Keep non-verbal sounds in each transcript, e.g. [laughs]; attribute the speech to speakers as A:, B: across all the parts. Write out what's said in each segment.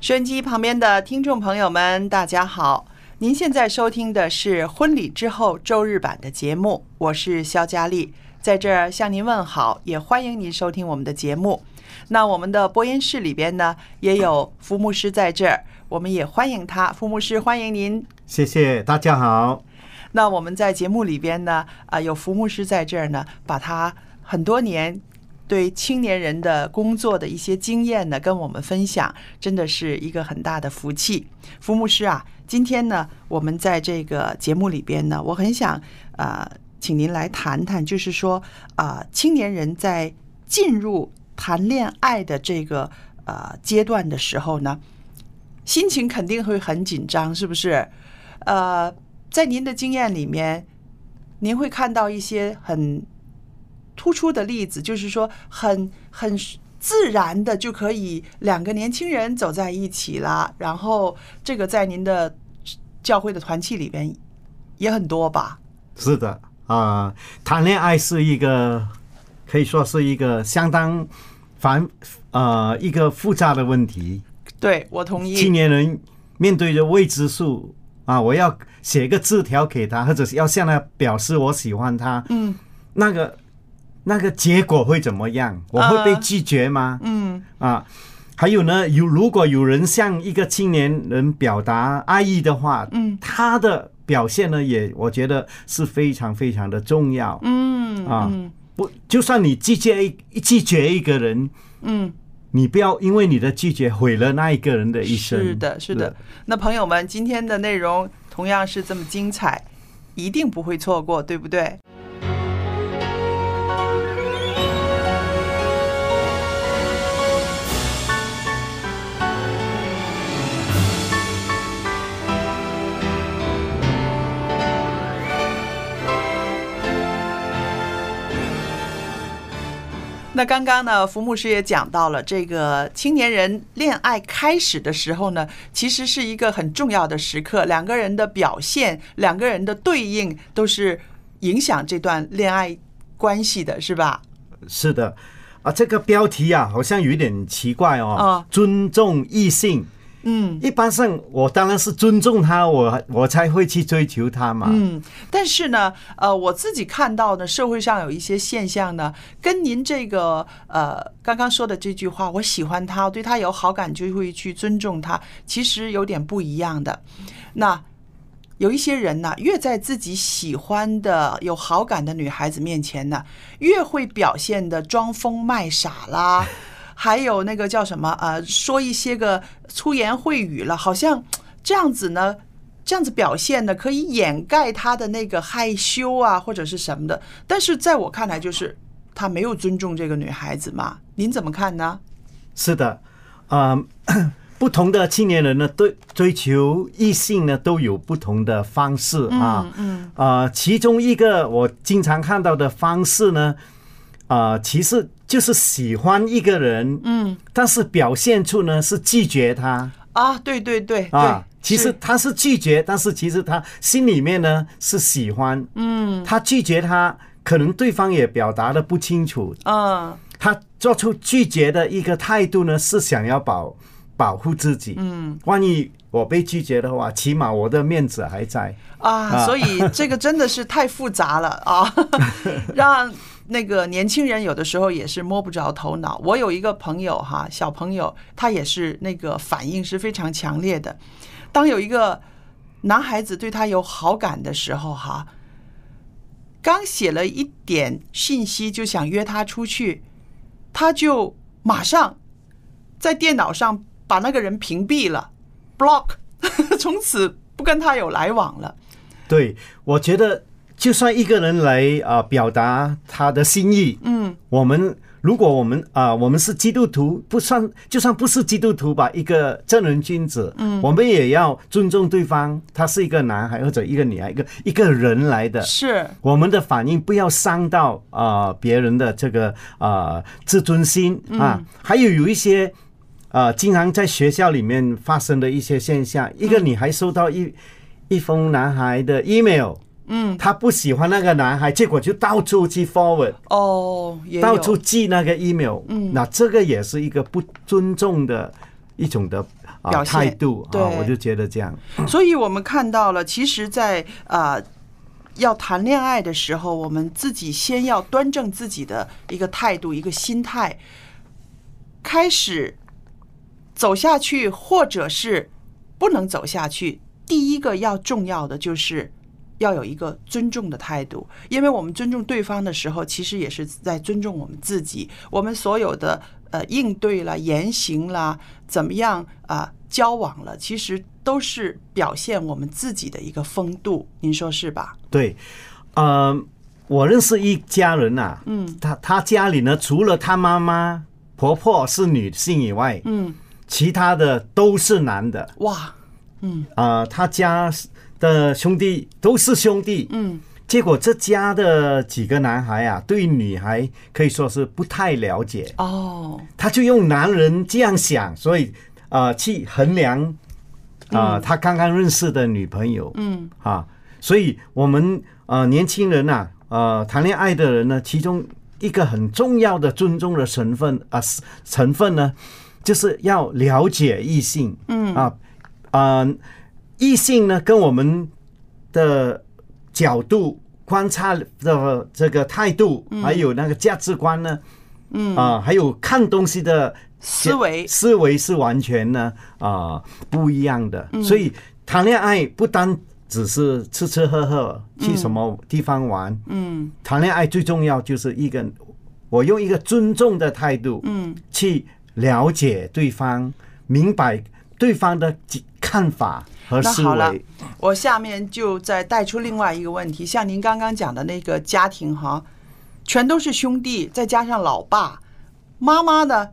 A: 收音机旁边的听众朋友们，大家好！您现在收听的是《婚礼之后》周日版的节目，我是肖佳丽，在这儿向您问好，也欢迎您收听我们的节目。那我们的播音室里边呢，也有福牧师在这儿，我们也欢迎他。福牧师，欢迎您。
B: 谢谢大家好，
A: 那我们在节目里边呢，啊、有福牧师在这儿呢，把他很多年对青年人的工作的一些经验呢，跟我们分享，真的是一个很大的福气。福牧师啊，今天呢，我们在这个节目里边呢，我很想啊、呃请您来谈谈，就是说啊、呃青年人在进入谈恋爱的这个呃阶段的时候呢，心情肯定会很紧张，是不是？呃，在您的经验里面，您会看到一些很突出的例子，就是说很很自然的就可以两个年轻人走在一起了。然后这个在您的教会的团契里边也很多吧？
B: 是的啊、谈恋爱是一个可以说是一个相当繁呃一个复杂的问题。
A: 对，我同
B: 青
A: 意。
B: 年人面对着未知数啊，我要写个字条给他，或者是要向他表示我喜欢他，
A: 嗯
B: 那个那个结果会怎么样？我会被
A: 啊
B: 拒绝吗？
A: 嗯，
B: 啊，还有呢，有如果有人向一个青年人表达爱意的话，
A: 嗯
B: 他的表现呢，也我觉得是非常非常的重要。
A: 嗯
B: 啊
A: 嗯
B: 不，就算你拒绝一拒绝一个人，
A: 嗯，
B: 你不要因为你的拒绝毁了那一个人的一生。
A: 是的，是的。那朋友们，今天的内容同样是这么精彩，一定不会错过，对不对？那刚刚呢，福牧师也讲到了，这个青年人恋爱开始的时候呢，其实是一个很重要的时刻，两个人的表现、两个人的对应都是影响这段恋爱关系的，是吧？
B: 是的，啊，这个标题啊，好像有点奇怪哦。
A: 啊
B: 尊重异性，
A: 嗯
B: 一般上我当然是尊重他，我我才会去追求他嘛。
A: 嗯。但是呢，呃，我自己看到呢，社会上有一些现象呢，跟您这个呃刚刚说的这句话，我喜欢他，我对他有好感，就会去尊重他，其实有点不一样的。那有一些人呢，越在自己喜欢的、有好感的女孩子面前呢，越会表现的装疯卖傻啦，还有那个叫什么呃，说一些个粗言秽语了，好像这样子呢，这样子表现呢，可以掩盖她的那个害羞啊，或者是什么的。但是在我看来，就是他没有尊重这个女孩子嘛，您怎么看呢？
B: 是的，啊、 [coughs] 不同的青年人呢，对追求异性呢，都有不同的方式啊。嗯，啊、其中一个我经常看到的方式呢，啊、其实就是喜欢一个人，
A: 嗯
B: 但是表现出呢是拒绝他
A: 啊，对对对对
B: 啊。其实
A: 是
B: 他是拒绝，但是其实他心里面呢是喜欢。
A: 嗯
B: 他拒绝他，可能对方也表达的不清楚。
A: 嗯
B: 他做出拒绝的一个态度呢，是想要保保护自己。
A: 嗯
B: 万一我被拒绝的话，起码我的面子还在。
A: 啊，所以这个真的是太复杂了啊，让那个年轻人有的时候也是摸不着头脑。我有一个朋友哈，小朋友，他也是那个反应是非常强烈的。当有一个男孩子对他有好感的时候哈，刚写了一点信息就想约他出去，他就马上在电脑上把那个人屏蔽了，block，从 [laughs] 此不跟他有来往了。
B: 对，我觉得就算一个人来啊、呃表达他的心意，
A: 嗯
B: 我们如果我们啊、我们是基督徒，不算就算不是基督徒吧，一个正人君子，嗯，我们也要尊重对方，他是一个男孩或者一个女孩，一个一个人来
A: 呃
B: 的，
A: 是，
B: 我们的反应不要伤到啊、呃别人的这个啊、呃自尊心
A: 嗯
B: 啊，还有有一些。呃，经常在学校里面发生的一些现象，一
A: 嗯
B: 个女孩收到一一封男孩的 email，
A: 嗯，
B: 她不喜欢那个男孩，结果就到处去 forward，
A: 哦，也
B: 到
A: 有
B: 处寄那个 email，嗯，那这个也是一个不尊重的一种的啊、
A: 表现
B: 态度
A: 对
B: 啊，我就觉得这样，
A: 所以我们看到了，其实在，啊要谈恋爱的时候，我们自己先要端正自己的一个态度、一个心态，开始走下去，或者是不能走下去。第一个要重要的就是要有一个尊重的态度，因为我们尊重对方的时候，其实也是在尊重我们自己。我们所有的呃应对啦、言行啦，怎么样啊、交往了，其实都是表现我们自己的一个风度，您说是吧？
B: 对，呃，我认识一家人啊，嗯，他他家里呢，除了他妈妈、婆婆是女性以外，
A: 嗯，
B: 其他的都是男的，
A: 哇，
B: 啊、他家的兄弟都是兄弟，
A: 嗯，
B: 结果这家的几个男孩啊，对女孩可以说是不太了解，
A: 哦，
B: 他就用男人这样想，所以啊、呃去衡量啊、呃他刚刚认识的女朋友，
A: 嗯
B: 啊，所以我们呃年轻人呐、呃谈恋爱的人呢，其中一个很重要的尊重的成分啊、是成分呢，就是要了解异性，嗯啊啊、呃异性呢跟我们的角度。观察的这个态度，还有那个价值观呢，嗯啊、还有看东西的
A: 思维
B: 思维是完全呢啊、不一样的，
A: 嗯
B: 所以谈恋爱不单只是吃吃喝喝，去什么地方玩，
A: 嗯
B: 谈恋爱最重要就是一个我用一个尊重的态度，
A: 嗯，
B: 去了解对方，明白对方的看法和
A: 那
B: 思
A: 好了
B: 维。，
A: 我下面就再带出另外一个问题，像您刚刚讲的那个家庭哈，全都是兄弟，再加上老爸、妈妈呢，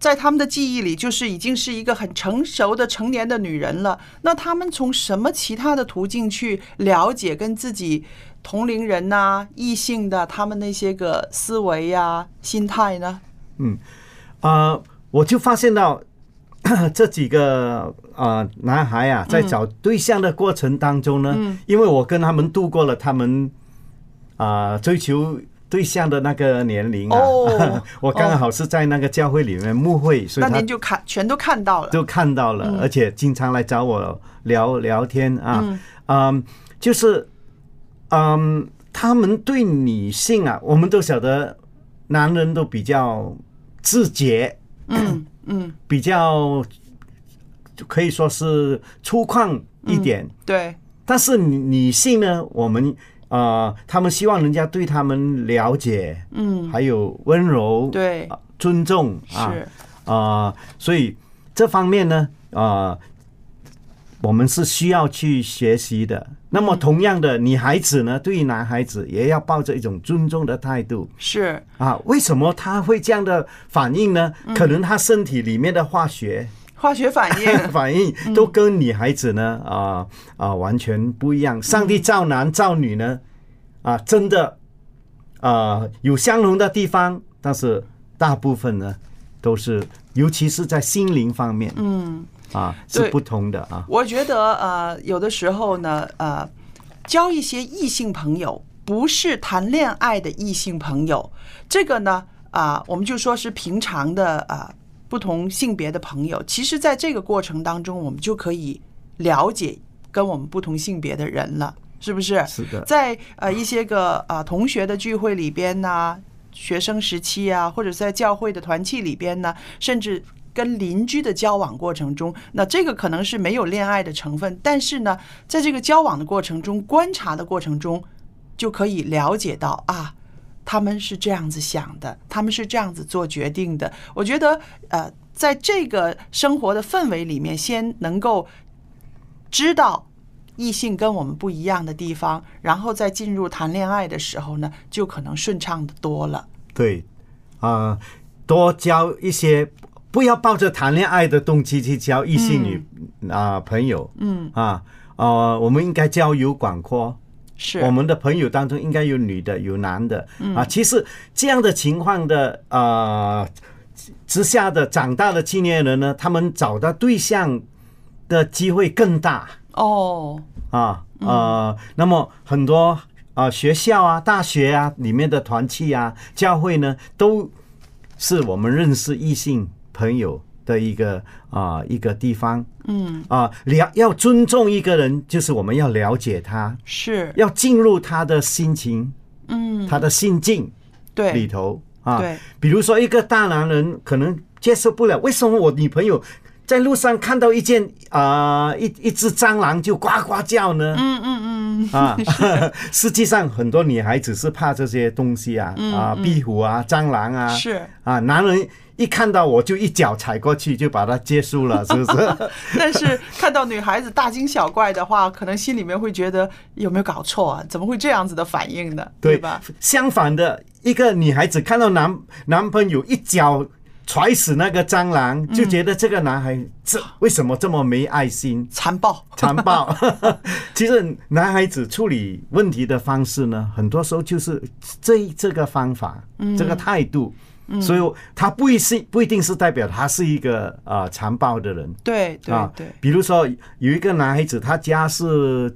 A: 在他们的记忆里就是已经是一个很成熟的成年的女人了。那他们从什么其他的途径去了解跟自己同龄人呐、异性的他们那些个思维呀、心态呢？
B: 呃，我就发现到 [coughs] 这几个呃男孩
A: 嗯
B: 啊，在找对象的过程当中呢，因为我跟他们度过了他们啊、呃追求对象的那个年龄啊，
A: 哦
B: [laughs] 我刚好是在那个教会里面牧会，所以
A: 那
B: 他
A: 您就嗯看全都看到了。
B: 都看到了，而且经常来找我聊聊天啊，嗯就是嗯，他们对女性啊，我们都晓得，男人都比较自觉，
A: 嗯嗯，
B: 比较就可以说是粗犷一点，
A: 对，
B: 但是女女性呢，我们呃，他们希望人家对他们了解，
A: 嗯
B: 还有温柔，
A: 对
B: 啊、尊重啊，
A: 是。
B: 啊、所以这方面呢，啊，我们是需要去学习的。那么，同样的，女孩子呢，对于男孩子也要抱着一种尊重的态度
A: 是
B: 啊。为什么他会这样的反应呢？
A: 嗯
B: 可能他身体里面的化学，
A: 化学反应
B: [laughs]
A: [laughs]
B: 反应都跟女孩子呢，啊、啊、完全不一样。上帝造男造女呢，啊、真的，啊、有相同的地方，但是大部分呢都是，尤其是在心灵方面，嗯，啊是
A: 对
B: 不同的啊，
A: 我觉得呃，有的时候呢，呃，交一些异性朋友，不是谈恋爱的异性朋友，这个呢，啊、我们就说是平常的啊、不同性别的朋友。其实，在这个过程当中，我们就可以了解跟我们不同性别的人了，是不是？
B: 是的
A: 在呃一些个呃同学的聚会里边呢、学生时期啊，或者在教会的团契里边呢，甚至跟邻居的交往过程中，那这个可能是没有恋爱的成分，但是呢，在这个交往的过程中、观察的过程中，就可以了解到啊。他们是这样子想的，他们是这样子做决定的。我觉得，呃，在这个生活的氛围里面，先能够知道异性跟我们不一样的地方，然后再进入谈恋爱的时候呢，就可能顺畅的多了。
B: 对，啊、多交一些，不要抱着谈恋爱的动机去交异性女啊、朋友，嗯啊，呃，我们应该交友广阔，
A: 是，
B: 我们的朋友当中应该有女的，有男的、啊。其实这样的情况的呃之下的长大的青年人呢，他们找到对象的机会更大
A: 哦，
B: 啊呃，那么很多啊、呃学校啊、大学啊里面的团契啊、教会呢，都是我们认识异性朋友。的一个啊、一个地方，嗯啊，了要尊重一个人，就是我们要了解他，
A: 是，
B: 要进入他的心情，嗯，他的心境里
A: 对，
B: 头啊。
A: 对，
B: 比如说一个大男人可能接受不了，为什么我女朋友在路上看到一件啊、一一只蟑螂就呱呱叫呢？嗯嗯嗯。
A: [laughs]
B: 啊，实际上很多女孩子是怕这些东西啊，啊，壁虎啊，蟑螂啊，
A: 嗯是。
B: 啊，男人一看到我就一脚踩过去，就把它结束了，是不是？
A: 但是看到女孩子大惊小怪的话，可能心里面会觉得有没有搞错啊？怎么会这样子的反应呢？对吧？？
B: 相反的，一个女孩子看到男男朋友一脚踹死那个蟑螂，就觉得这个男孩这
A: 嗯
B: 为什么这么没
A: [laughs]
B: 爱心、
A: 残暴，
B: 残暴？其实男孩子处理问题的方式呢，很多时候就是这这个方法，
A: 嗯
B: 这个态度。所以他不一是不一定是代表他是一个呃残暴的人，
A: 对对
B: 啊
A: 对，
B: 比如说有一个男孩子，他家是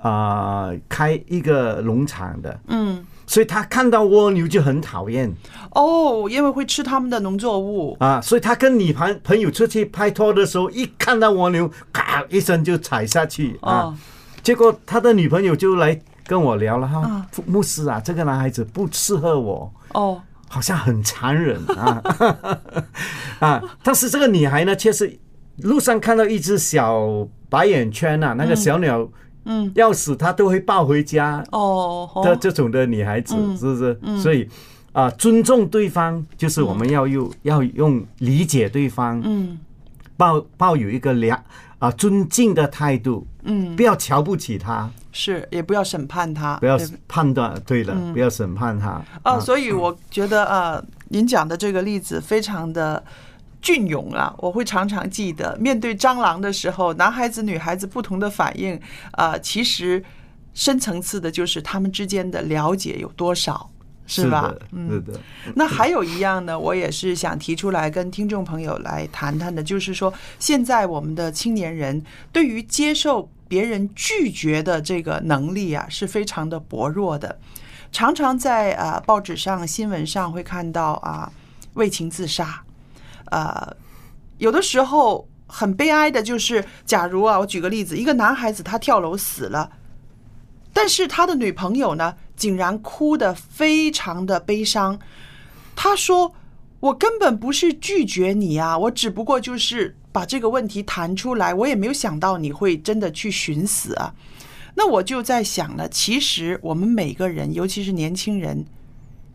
B: 啊、呃开一个农场的，
A: 嗯，
B: 所以他看到蜗牛就很讨厌
A: 哦，因为会吃他们的农作物，
B: 啊，所以他跟女朋朋友出去拍拖的时候，一看到蜗牛，咔一声就踩下去啊。
A: 哦
B: 结果他的女朋友就来跟我聊了哈，牧师啊，这个男孩子不适合我，
A: 哦，
B: 好像很残忍啊 [laughs] 啊！但是这个女孩呢，却是路上看到一只小白眼圈啊，那个小鸟，嗯，要死她都会抱回家
A: 哦，嗯
B: 的
A: 哦
B: 这种的女孩子，是不是？所以啊、尊重对方就是我们要用要用理解对方，
A: 嗯，
B: 抱抱有一个良啊、尊敬的态度，嗯，不要瞧不起他，
A: 是，也不要审判他，
B: 不要
A: 啊对吧嗯
B: 判断，对了，不要审判他。
A: 啊，所以我觉得啊，您讲的这个例子非常的隽永啊，我会常常记得。面对蟑螂的时候，男孩子、女孩子不同的反应啊，其实深层次的就是他们之间的了解有多少，是吧？嗯
B: 的，是的，
A: 那还有一样呢，我也是想提出来跟听众朋友来谈谈的，就是说，现在我们的青年人对于接受别人拒绝的这个能力啊，是非常的薄弱的。常常在呃报纸上、新闻上会看到啊、为情自杀，呃，有的时候很悲哀的就是，假如啊，我举个例子，一个男孩子他跳楼死了，但是他的女朋友呢，竟然哭得非常的悲伤。他说：“我根本不是拒绝你啊，我只不过就是把这个问题谈出来，我也没有想到你会真的去寻死啊。”那我就在想呢，其实我们每个人，尤其是年轻人，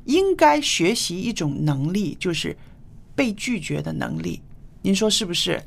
A: 应该学习一种能力，就是被拒绝的能力。您说是不是？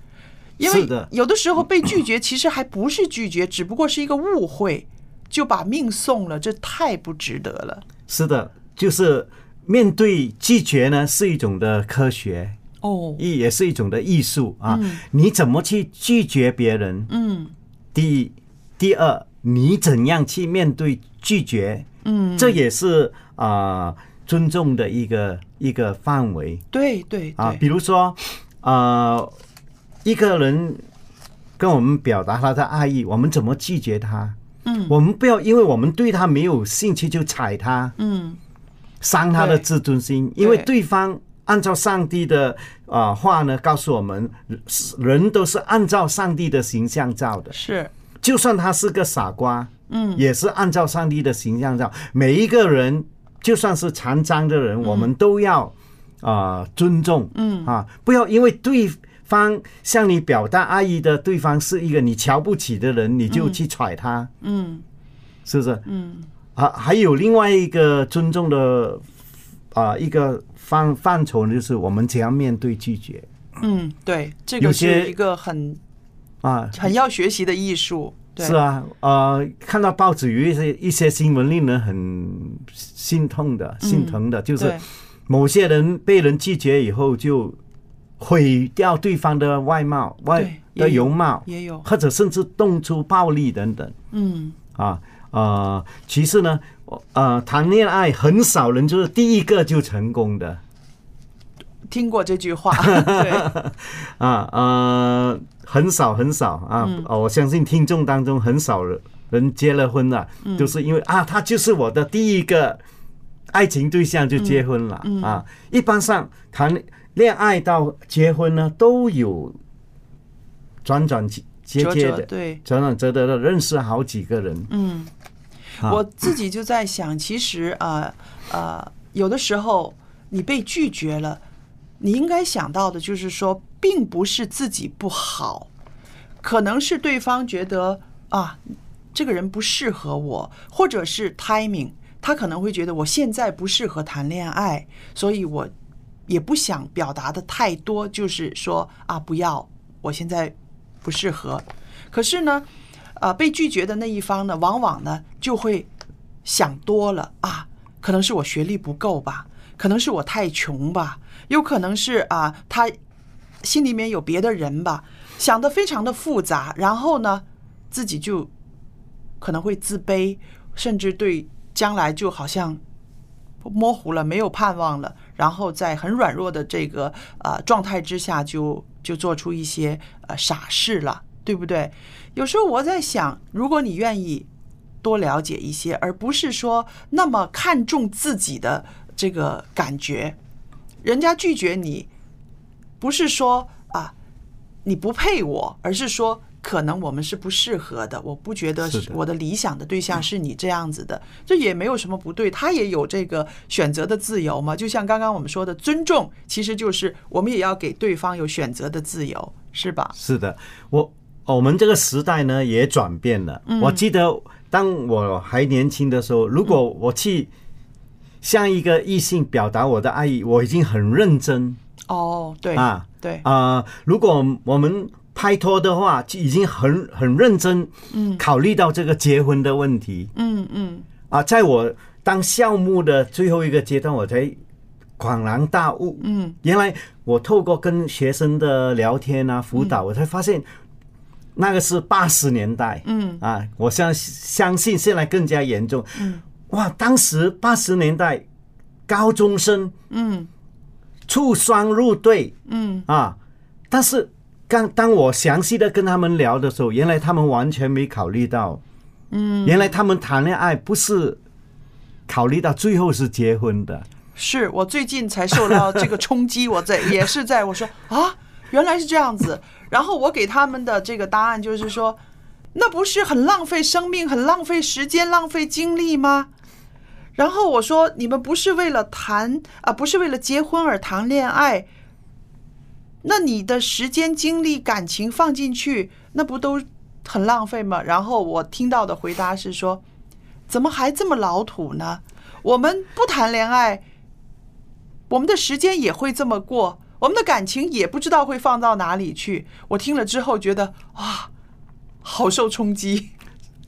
A: 因
B: 是
A: 为
B: 的
A: 有的时候被拒绝其实还不是拒绝，只不过是一个误会，就把命送了，这太不值得了。
B: 是的，就是面对拒绝呢，是一种的科学，
A: 哦，
B: 艺也是一种的艺术啊。你怎么去拒绝别人？
A: 嗯，
B: 第一，第二，你怎样去面对拒绝？嗯，这也是啊、尊重的一个一个范围
A: 对对
B: 啊。
A: 对
B: 比如说，呃，一个人跟我们表达他的爱意，我们怎么拒绝他？
A: 嗯
B: 我们不要因为我们对他没有兴趣就踩他，
A: 嗯
B: 伤他的
A: 对
B: 自尊心，因为
A: 对
B: 对方按照上帝的啊、呃话呢，告诉我们，人都是按照上帝的形象造的，
A: 是
B: 就算他是个傻瓜，
A: 嗯
B: 也是按照上帝的形象造。每一个人，就算是残障的人，我们都要啊、呃尊重，
A: 嗯
B: 啊，不要因为对方向你表达爱意的对方是一个你瞧不起的人，你就去踹他，
A: 嗯
B: 是不是？
A: 嗯
B: 啊，还有另外一个尊重的啊、一个范范畴呢，就是我们怎样面对拒绝
A: 嗯，对，这
B: 有
A: 个
B: 些
A: 是一个很
B: 啊。
A: 很要学习的艺术。对
B: 是，啊，呃，看到报纸有一些一些新闻，令人很心痛的、心疼的，就
A: 嗯
B: 是
A: 对
B: 某些人被人拒绝以后，就毁掉对方的外貌、外
A: 对
B: 的
A: 也有
B: 容貌，
A: 也有，
B: 或者甚至动出暴力等等。
A: 嗯
B: 啊，呃，其实呢，我呃，谈恋爱很少人就是第一个就成功的
A: 听过这句话， [laughs]
B: [laughs]
A: 对，
B: 啊，呃，很少很少啊、呃我相信听众当中很少人人结了婚了，就是因为啊，他就是我的第一个爱情对象就结婚了、啊。一般上谈恋爱到结婚呢，都有转转接接
A: 哲
B: 接
A: 哲
B: 的。
A: 对，
B: 转转折折的认识好几个人，
A: 嗯，
B: 啊
A: 我自己就在想，其实啊呃有的时候你被拒绝了，你应该想到的就是说，并不是自己不好，可能是对方觉得啊这个人不适合我，或者是 timing，他可能会觉得我现在不适合谈恋爱，所以我也不想表达的太多，就是说啊不要，我现在不适合。可是呢，啊、被拒绝的那一方呢，往往呢就会想多了啊，可能是我学历不够吧，可能是我太穷吧，有可能是啊他心里面有别的人吧，想的非常的复杂，然后呢自己就可能会自卑，甚至对将来就好像模糊了，没有盼望了，然后在很软弱的这个呃状态之下就，就做出一些呃傻事了，对不对？有时候我在想，如果你愿意多了解一些，而不是说那么看重自己的这个感觉，人家拒绝你，不是说啊你不配我，而是说可能我们是不适合的。我不觉得
B: 是的嗯
A: 是我的理想的对象是你这样子的，这也没有什么不对，他也有这个选择的自由嘛。就像刚刚我们说的，尊重其实就是我们也要给对方有选择的自由，是吧？
B: 是的，我哦我们这个时代呢也转变了。我记得当我还年轻的时候，如果我去向一个异性表达我的爱意，我已经很认真
A: 哦，对，
B: 啊
A: 对，
B: 啊、如果我们拍拖的话，就已经很很认真，嗯，考虑到这个结婚的问题
A: 嗯嗯
B: 啊。在我当校牧的最后一个阶段，我才恍然大悟，
A: 嗯，
B: 原来我透过跟学生的聊天啊、辅导，我才发现那个是八十年代，
A: 嗯
B: 啊，我相相信现在更加严重，嗯，哇，当时八十年代高中生
A: 嗯
B: 出双入对
A: 嗯，
B: 啊，但是刚当我详细的跟他们聊的时候，原来他们完全没考虑到，嗯，原来他们谈恋爱不是考虑到最后是结婚的，
A: 是我最近才受到这个冲击，我在也是在我说啊，原来是这样子。然后我给他们的这个答案就是说，那不是很浪费生命、很浪费时间、浪费精力吗？然后我说，你们不是为了谈啊、不是为了结婚而谈恋爱，那你的时间、精力、感情放进去，那不都很浪费吗？然后我听到的回答是说，怎么还这么老土呢？我们不谈恋爱，我们的时间也会这么过，我们的感情也不知道会放到哪里去。我听了之后觉得哇，好受冲击。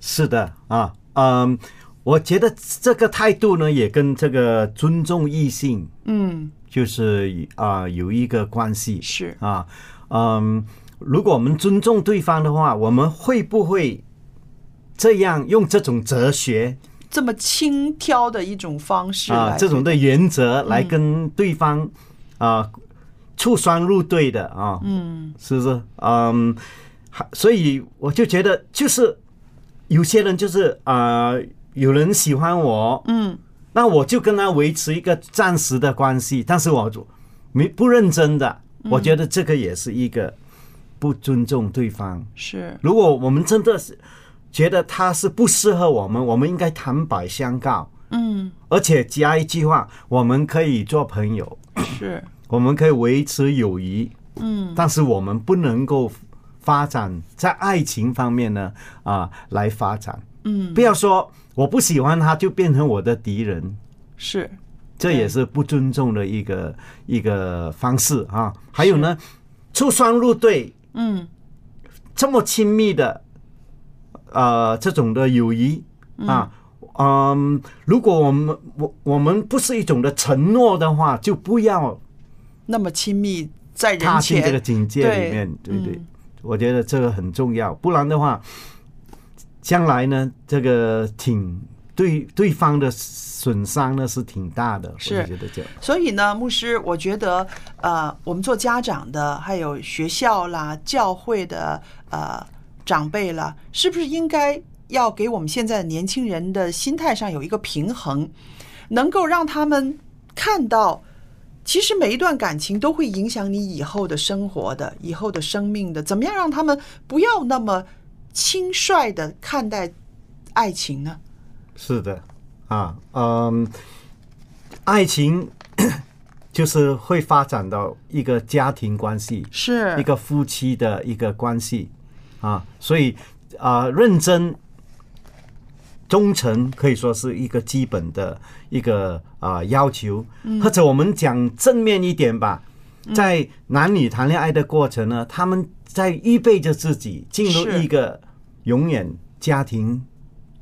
B: 是的啊，嗯，我觉得这个态度呢，也跟这个尊重异性
A: 嗯，
B: 就是啊、有一个关系
A: 是
B: 啊，嗯，如果我们尊重对方的话，我们会不会这样用这种哲学
A: 这么轻佻的一种方式
B: 啊、
A: 来
B: 这种的原则来跟对方啊、出双入对的啊，嗯，是不是？嗯，还所以我就觉得就是有些人就是啊、有人喜欢我，
A: 嗯，
B: 那我就跟他维持一个暂时的关系，但是我就没不认真的，我觉得这个也是一个不尊重对方。
A: 是
B: 如果我们真的是觉得他是不适合我们，我们应该坦白相告。
A: 嗯
B: 而且加一句话，我们可以做朋友，
A: 是
B: 我们可以维持友谊，
A: 嗯
B: 但是我们不能够发展在爱情方面呢啊来发展。
A: 嗯
B: 不要说我不喜欢他就变成我的敌人，
A: 是
B: 这也是不尊重的一个一个方式啊。还有呢，出双入对，
A: 嗯
B: 这么亲密的，呃，这种的友谊啊，嗯，如果我们我我们不是一种的承诺的话，就不要
A: 那么亲密在人
B: 踏进这个
A: 前
B: 警戒里面，
A: 对
B: 对不对？
A: 嗯
B: 我觉得这个很重要，不然的话，将来呢，这个挺对对方的损伤呢是挺大的，我
A: 是
B: 就觉得这样。
A: 所以呢，牧师，我觉得，呃，我们做家长的，还有学校啦、教会的呃长辈啦，是不是应该要给我们现在的年轻人的心态上有一个平衡，能够让他们看到，其实每一段感情都会影响你以后的生活的、以后的生命的。怎么样让他们不要那么轻率的看待爱情呢？
B: 是的，啊，嗯，爱情 [coughs] 就是会发展到一个家庭关系，
A: 是
B: 一个夫妻的一个关系啊，所以啊、认真、忠诚可以说是一个基本的一个啊、要求，
A: 嗯
B: 或者我们讲正面一点吧，在男女谈恋爱的过程呢，他们在预备着自己进入
A: 是
B: 一个永远家庭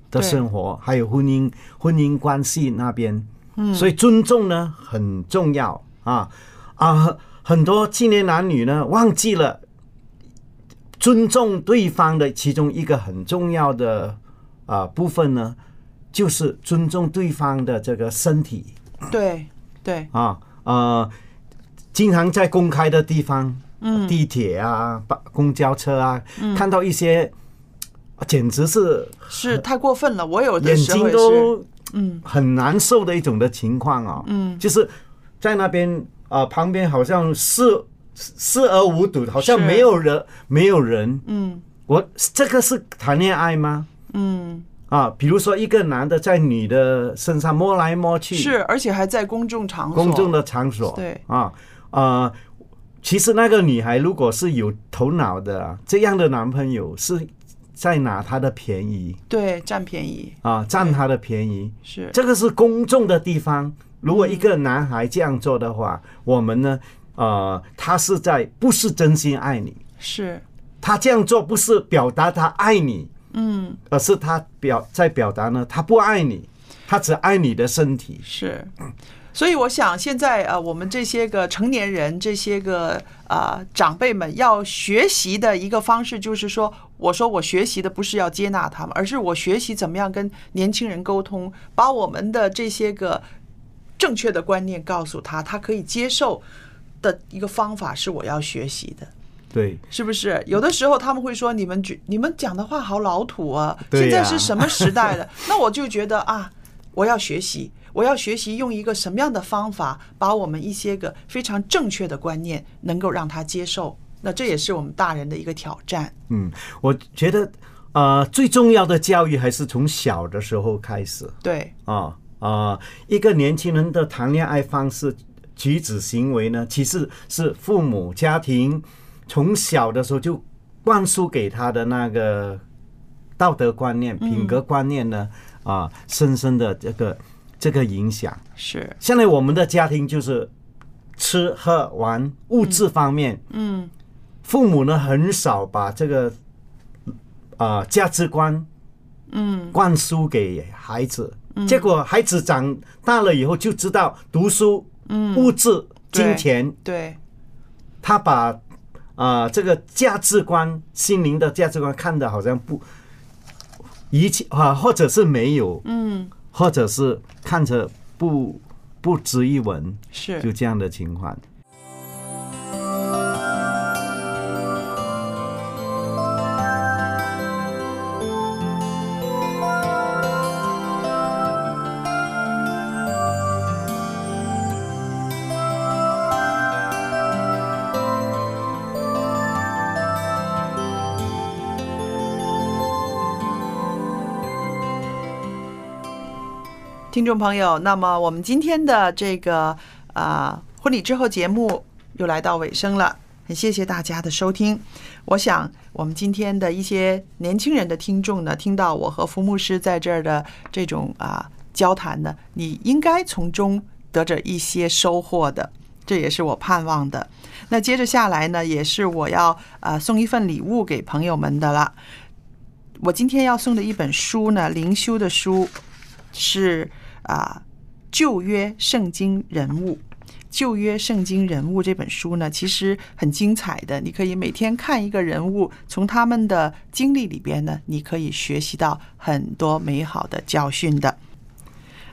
B: 的
A: 对
B: 生活，还有婚姻婚姻关系那边，嗯，所以尊重呢很重要啊啊，很多青年男女呢忘记了尊重对方的其中一个很重要的啊、部分呢，就是尊重对方的这个身体
A: 对对，
B: 啊呃，经常在公开的地方，嗯，地铁啊、巴公交车啊，
A: 嗯
B: 看到一些呃简直是
A: 是太过分了。我有的
B: 眼
A: 时候
B: 睛
A: 也是，
B: 都
A: 嗯。
B: 很难受的一种的情况哦。
A: 嗯
B: 就是在那边啊、呃旁边好像视视而无睹，好像
A: 是
B: 没有人，没有人。
A: 嗯
B: 我这个是谈恋爱吗？
A: 嗯，
B: 啊，比如说一个男的在女的身上摸来摸去，
A: 是，而且还在公众场所。
B: 公众的场所，
A: 对
B: 啊啊。其实那个女孩如果是有头脑的啊，这样的男朋友是在拿她的便宜
A: 对占便宜
B: 啊，占她的便宜。
A: 是
B: 这个是公众的地方。如果一个男孩这样做的话，我们呢，呃，他是在不是真心爱你，
A: 是，
B: 他这样做不是表达他爱你，
A: 嗯
B: 而是他表在表达呢，他不爱你，他只爱你的身体。
A: 是。所以我想，现在呃，我们这些个成年人，这些个啊、呃长辈们要学习的一个方式，就是说，我说我学习的不是要接纳他们，而是我学习怎么样跟年轻人沟通，把我们的这些个正确的观念告诉他，他可以接受的一个方法是我要学习的。
B: 对，
A: 是不是？有的时候他们会说你们觉你们讲的话好老土啊，
B: 对
A: 现在
B: 呀
A: 是什么时代
B: [laughs]
A: 了？那我就觉得啊，我要学习，我要学习用一个什么样的方法，把我们一些个非常正确的观念能够让他接受。那这也是我们大人的一个挑战。
B: 嗯，我觉得，呃，最重要的教育还是从小的时候开始。
A: 对，
B: 啊啊，一个年轻人的谈恋爱方式、举止行为呢，其实是父母家庭从小的时候就灌输给他的那个道德观念、品格观念呢，啊，深深的这个这个影响。
A: 是，
B: 现在我们的家庭就是吃喝玩物质方面，
A: 嗯，
B: 父母呢很少把这个啊、价值观
A: 嗯，
B: 灌输给孩子，结果孩子长大了以后就知道读书、物质、
A: 对
B: 金钱，
A: 对，
B: 他把啊、呃这个价值观、心灵的价值观看得好像不一切啊，或者是没有，
A: 嗯，
B: 或者是看着不不值一文，
A: 是
B: 就这样的情况。
A: 听众朋友，那么我们今天的这个啊、婚礼之后节目又来到尾声了，很谢谢大家的收听。我想我们今天的一些年轻人的听众呢，听到我和福牧师在这儿的这种啊、交谈呢，你应该从中得着一些收获的，这也是我盼望的。那接着下来呢，也是我要呃送一份礼物给朋友们的了。我今天要送的一本书呢，灵修的书，是啊，旧约圣经人物。旧约圣经人物这本书呢，其实很精彩的。你可以每天看一个人物，从他们的经历里边呢，你可以学习到很多美好的教训的。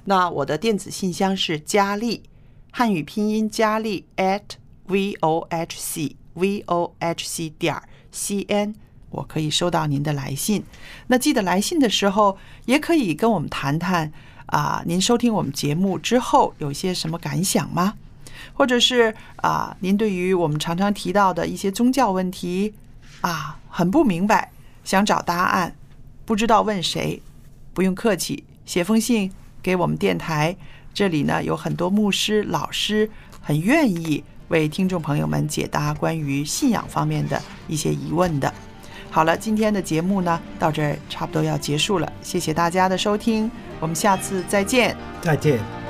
A: 那我的电子信箱是佳丽，汉语拼音佳丽 at v o h c v o h c 点 c n，我可以收到您的来信。那记得来信的时候，也可以跟我们谈谈啊、您收听我们节目之后有些什么感想吗？或者是啊、您对于我们常常提到的一些宗教问题啊，很不明白，想找答案，不知道问谁，不用客气，写封信给我们电台。这里呢有很多牧师、老师很愿意为听众朋友们解答关于信仰方面的一些疑问的。好了，今天的节目呢到这儿差不多要结束了，谢谢大家的收听，我们下次再见。
B: 再见。